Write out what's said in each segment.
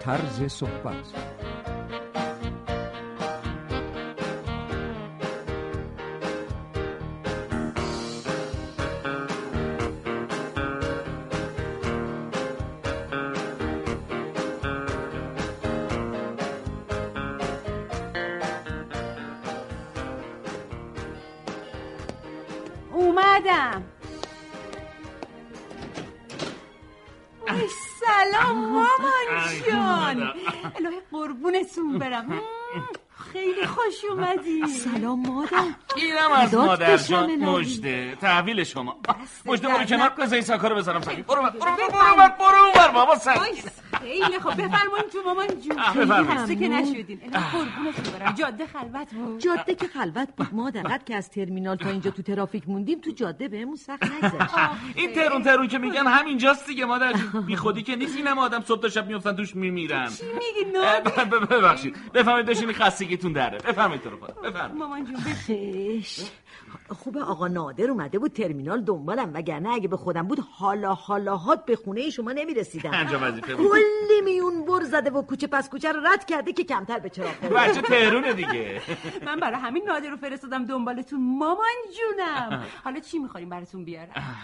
طرز صحبت اومدم وای، سلام مامان جان الهی قربونتون برم مم، خیلی خوش اومدی سلام مادر اینم از مداد مادر بشم جان الهی. مژده تحویل شما مژده در برو کنار نکن. بذار این ساکا رو بذارم سنگی برو بر- برو برو بفرمایید. برو بر- برو بر بابا سنگی وایس، خیلی خب بفرمایید تو مامان جون آه، خیلی بفرمایید. خسته که نشدین الهی قربونتون برم جاده خلوت بود جاده که خلوت بود مادر قد که از ترمینال تا اینجا تو ترافیک موندیم تو جاده بهمون سخت نگذشت این ترون ترون که میگن همینجاست دیگه مادر جون. بی خودی که نیست اینم آدم صبح تا شب میافتن توش میمیرن میگی اه، نه ب- ب- ببخشید بفرمایید بشین خستگیتون دره بفرمایید تو رو خدا. بفرمایید مامان جون بفرمایید. خش خوبه آقا نادر اومده بود ترمینال دنبالم وگرنه اگه به خودم بود حالا حالا هات به خونه شما نمیرسیدم انجام وظیفه بود کلی میون بر زده و کوچه پس کوچه رو رد کرده که کمتر به چراغ برسه. بچه تهرونه دیگه من برای همین نادر رو فرستادم دنبالتون مامان جونم حالا چی میخوایم براتون بیارم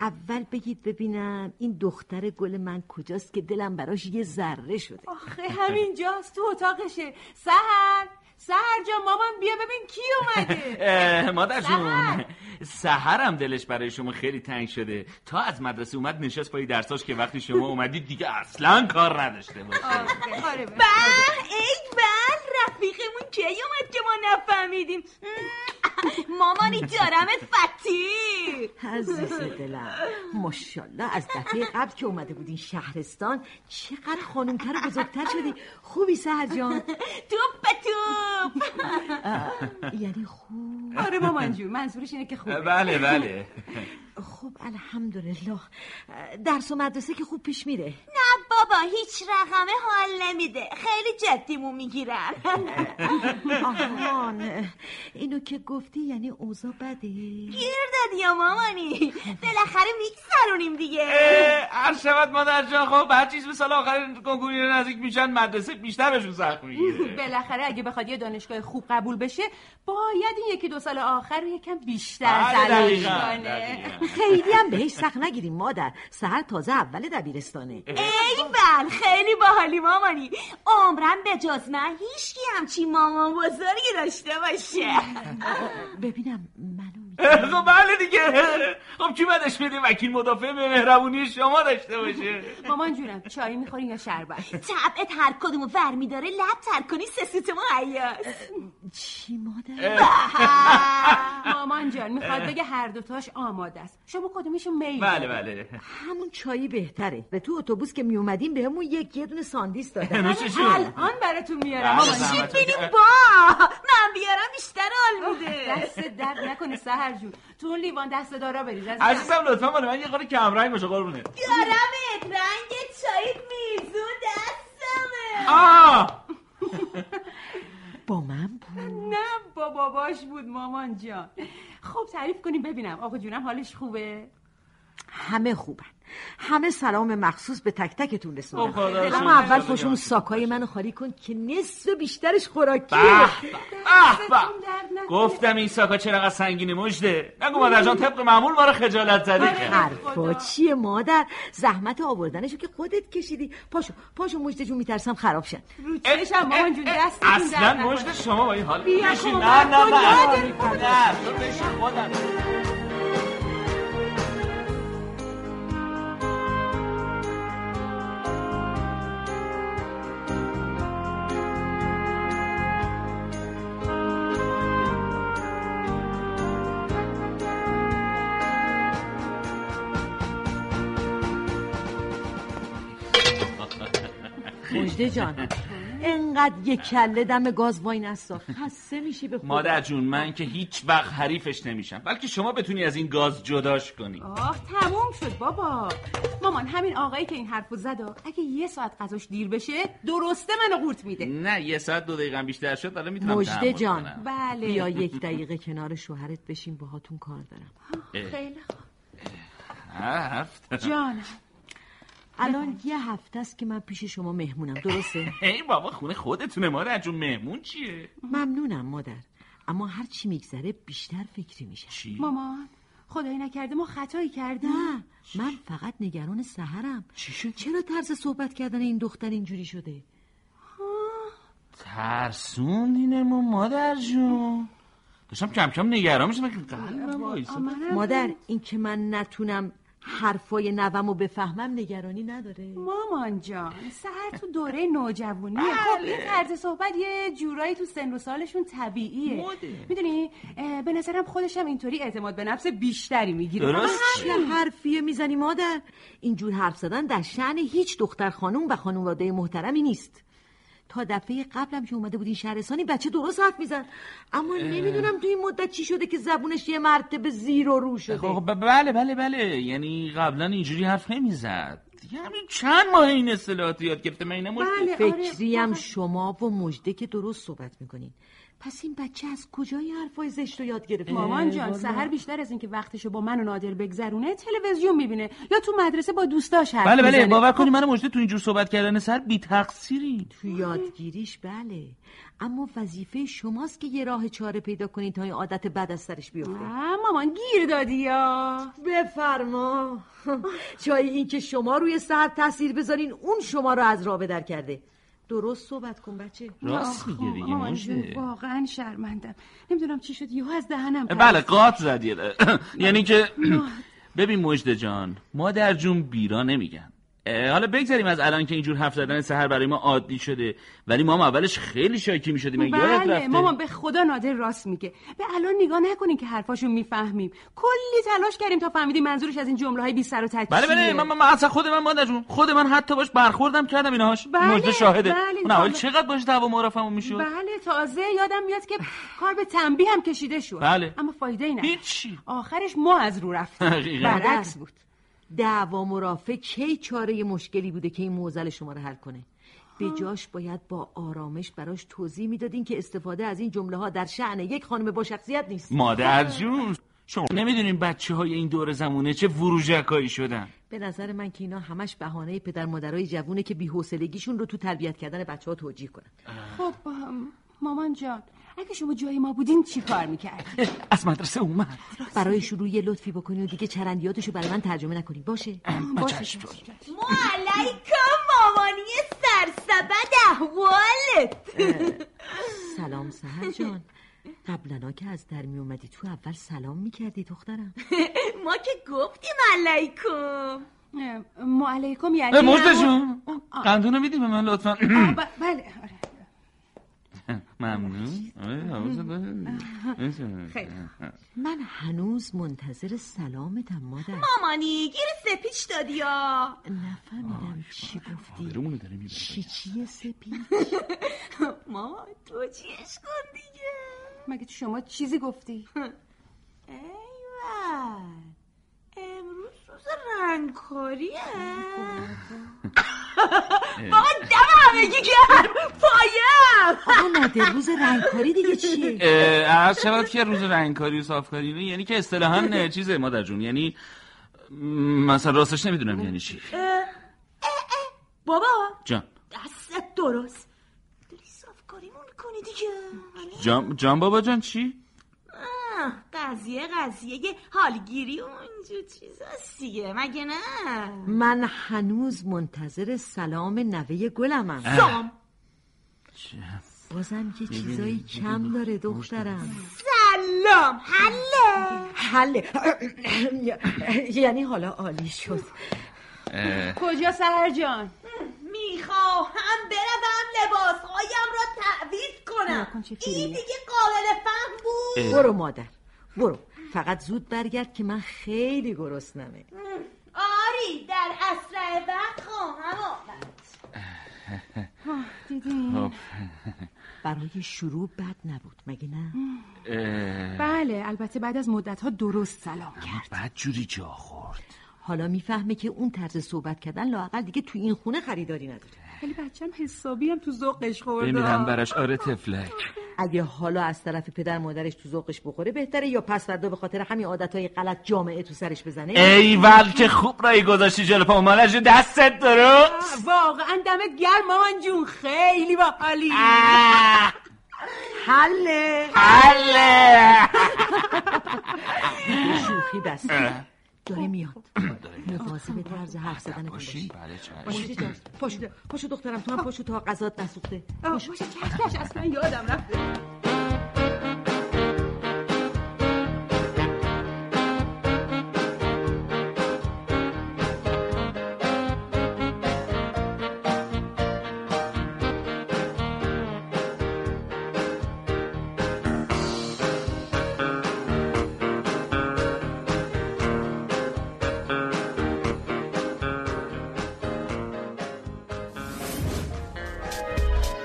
اول بگید ببینم این دختر گل من کجاست که دلم براش یه ذره شده آخه همینجاست تو اتاقشه سهر سهر جان مامان بیا ببین کی اومده اه، مادر جون سحر. سهرم دلش برای شما خیلی تنگ شده تا از مدرسه اومد نشست پای درساش که وقتی شما اومدید دیگه اصلا کار نداشته باشه آره، آره، به ای بل رفیقمون کی اومد که ما نفهمیدیم مامانی دارمت فتی عزیز دلم ماشاءالله از دفعه قبل که اومده بودین شهرستان چقدر خانومتر و بزرگتر شدی خوبی سهر جان توپ به توپ یعنی خوب آره مامان جون منظورش اینه که اه، خوبه بله بله خوب الحمدلله درس و مدرسه که خوب پیش میره نه بابا هیچ رقمه حال نمیده خیلی جدیمو میگیرن آهان اینو که گفتی یعنی اوضاع بده گیر دادی یا مامانی بالاخره میگذرونیم دیگه اه، هر شود مادر جان خب هر چیز به سال آخر کنکوری رو نزدیک میشن مدرسه بیشتر بهشون سخت میگیره بالاخره اگه بخواد یه دانشگاه خوب قبول بشه باید این یکی دو سال آخر رو یکم بیشتر بله، تلاش دقیقاً، کنه دقیقاً. خیلی هم بهش سخت نگیریم مادر سهر تازه اول دبیرستانه ای بل خیلی باحالی مامانی عمرم به جز من هیچکی همچین مامان بزرگی داشته باشه ببینم منو می- اه، خب بله دیگه خب کی بدش بده وکیل مدافع به مهربونی شما داشته باشه مامان جونم چای میخورین یا شربت طبعت هر کدومو ور میداره لب تر کنی سسوت ما چی مادر مامان جان میخواد بگه هر دوتاش آماده است شما کدومشو میل بله بله همون چایی بهتره به تو اتوبوس که می اومدیم بهمون یک یه دونه ساندیس دادن نوششون الان براتون بله، میارم مامان بله. جون. چی بینی با من بیارم بیشتر حال میده دست درد نکنه سهر جون تو اون لیوان دست دارا بریز عزیزم. عزیزم لطفا مال من یه قاره کمرنگ باشه قربونه دارمت رنگ چایت میزون دستمه آه با من بود نه با باباش بود مامان جان خب تعریف کنیم ببینم آقا جونم حالش خوبه همه خوبن همه سلام مخصوص به تک تکتون خب، رسوندم خدا شما اما اول خدا پشون جان. ساکای منو خالی کن که نصف بیشترش خوراکی به به به دستتون به. درد نکنه. گفتم این ساکا چرا سنگینه مجده نگو مادر جان طبق معمول ما رو خجالت زدی آره. حرفا خدا. چیه مادر زحمت آوردنشو که خودت کشیدی پاشو پاشو مجده جون میترسم خراب شن رو چشم مامان جون دستتون درد اصلا نکنه. مجده شما با این حال بیا خب، بشین کمک نه نه کن، نه نادر کن. نه تو بشین خودم مجده جان انقدر یک کله دم گاز وای نستا خسته میشی به خدا. مادر جون من که هیچ وقت حریفش نمیشم بلکه شما بتونی از این گاز جداش کنی آه تموم شد بابا مامان همین آقایی که این حرفو زد و اگه یه ساعت غذاش دیر بشه درسته منو قورت میده نه یه ساعت دو دقیقه بیشتر شد حالا میتونم مجده جان بله بیا یک دقیقه کنار شوهرت بشین باهاتون کار دارم خیلی خوب هفت جانم الان یه هفته است که من پیش شما مهمونم درسته ای بابا خونه خودتونه ما جون مهمون چیه ممنونم مادر اما هر چی میگذره بیشتر فکری میشه چی مامان خدایی نکرده ما خطایی کردیم نه من فقط نگران سهرم چرا طرز صحبت کردن این دختر اینجوری شده ترسوندینمون مادر جون داشتم کم کم نگران میشم که قلبم وایساده. مادر این که من نتونم حرفای نوم رو بفهمم نگرانی نداره مامان جان سهر تو دوره نوجوانی خب این بله. طرز صحبت یه جورایی تو سن و سالشون طبیعیه مده. میدونی به نظرم خودشم اینطوری اعتماد به نفس بیشتری میگیره درست چه حرفیه میزنی مادر اینجور حرف زدن در شعن هیچ دختر خانوم و خانواده محترمی نیست تا دفعه قبلم که اومده بود این شهرستانی بچه درست حرف میزد اما نمیدونم تو این مدت چی شده که زبونش یه مرتبه زیر و رو شده خب ب- بله بله بله یعنی قبلا اینجوری حرف نمیزد دیگه همین چند ماه این اصطلاحات رو یاد گرفته من اینم بله آره فکریم شما و مجده که درست صحبت میکنین پس این بچه از کجای حرفای زشت رو یاد گرفته مامان جان خب، سهر بیشتر از اینکه وقتشو با من و نادر بگذرونه تلویزیون میبینه یا تو مدرسه با دوستاش حرف بله بله میزنه. باور کنی من مجده تو اینجور صحبت کردن سر بی تقصیری تو یادگیریش بله اما وظیفه شماست که یه راه چاره پیدا کنید تا این عادت بد از سرش بیفته آه، مامان گیر دادی یا بفرما جای این که شما روی سر تاثیر بذارین اون شما رو از راه بدر کرده درست صحبت کن بچه راست میگه آخ، دیگه مامان جون، مجده واقعا خب، شرمندم نمیدونم چی شد یهو از دهنم پرید. بله قاط زدی یعنی که ببین مجده جان ما در جون بیرا نمیگن اه، حالا بگذاریم از الان که اینجور حرف زدن سهر برای ما عادی شده ولی ما هم اولش خیلی شاکی میشدیم اگه یادت بله رفته مامان به خدا نادر راست میگه به الان نگاه نکنین که حرفاشو میفهمیم کلی تلاش کردیم تا فهمیدیم منظورش از این جمله های بی سر و تک بله بله چیه. من, من, من اصلا خود من مادر جون خود من حتی باش برخوردم کردم اینهاش بله، مجده شاهده بله، اون اول بله. چقدر باش دعوا معرفمون میشد بله تازه یادم میاد که کار به تنبیه هم کشیده شد بله. اما فایده ای نداشت. هیچی. آخرش ما از رو رفتیم دقیقاً. برعکس بود دعوا مرافع کی چاره مشکلی بوده که این موزل شما رو حل کنه به جاش باید با آرامش براش توضیح میدادین که استفاده از این جمله ها در شعن یک خانم با شخصیت نیست مادر بله. جون شما نمیدونین بچه های این دور زمونه چه وروژکایی شدن به نظر من که اینا همش بهانه پدر مادرای جوونه که بی‌حوصلگیشون رو تو تربیت کردن بچه ها توجیه کنن خب ام، مامان جان اگه شما جای ما بودین چی کار میکرد؟ از مدرسه اومد برای شروع یه لطفی بکنی و دیگه چرندیاتشو برای من ترجمه نکنی باشه مو علیکم مامانی سرسبد احوالت سلام سهر جان قبلنا که از در می اومدی تو اول سلام میکردی دخترم ما که گفتیم علیکم ام، ما علیکم یعنی مجده همون- جون قندون رو میدی به من لطفا آه، ب- بله آره. ممنون آره، حواست باشه. من هنوز منتظر سلامتم مادر مامانی گیر سپیچ دادی یا نفهمیدم چی گفتی درمونو داره می‌بره. چی چیه سپی ما تو چیش کن دیگه مگه شما چیزی گفتی؟ ایول امروز روز رنگکاریه بابا دم همگی گرم پایم آقا نادر روز رنگکاری دیگه چیه اه، عرض شود که روز رنگکاری و صافکاری اینه، یعنی که اصطلاحا اه، چیزه مادر جون یعنی م، مثلا راستش نمیدونم یعنی چی بابا جان دستت درست داری صافکاریمون میکنی دیگه جان جان بابا جان چی آه، قضیه قضیه یه حالگیری و اینجور چیز سیه مگه نه من هنوز منتظر سلام نوه گلمم سام بازم یه چیزایی کم داره دخترم سلام حله حله یعنی حالا عالی شد کجا سهر جان؟ میخواهم بروم لباسهایم را تعویض نکن، کنم چه فیلمیه. این دیگه قابل فهم بود اه. برو مادر برو فقط زود برگرد که من خیلی گرسنمه آری در اسرع وقت خواهم آمد دیدی؟ خب. برای شروع بد نبود مگه نه اه، بله البته بعد از مدت ها درست سلام کرد بد جوری جا خورد حالا میفهمه که اون طرز صحبت کردن لاقل دیگه تو این خونه خریداری نداره ولی بچم حسابی هم تو ذوقش خورد بمیرم براش آره تفلک اگه حالا از طرف پدر مادرش تو ذوقش بخوره بهتره یا پس فردا به خاطر همین عادتهای غلط جامعه تو سرش بزنه ایول که خوب رای گذاشتی جلو پا مالش دستت درست واقعا دمت گرم مامان جون خیلی باحالی آه، حله حله یه شوخی بس داره میاد مواظب طرز حرف زدن باشی باشی بله چشم. پاشو جان، پاشو پاشو دخترم تو هم پاشو تا غذات نسوخته باشه کشکش اصلا یادم رفته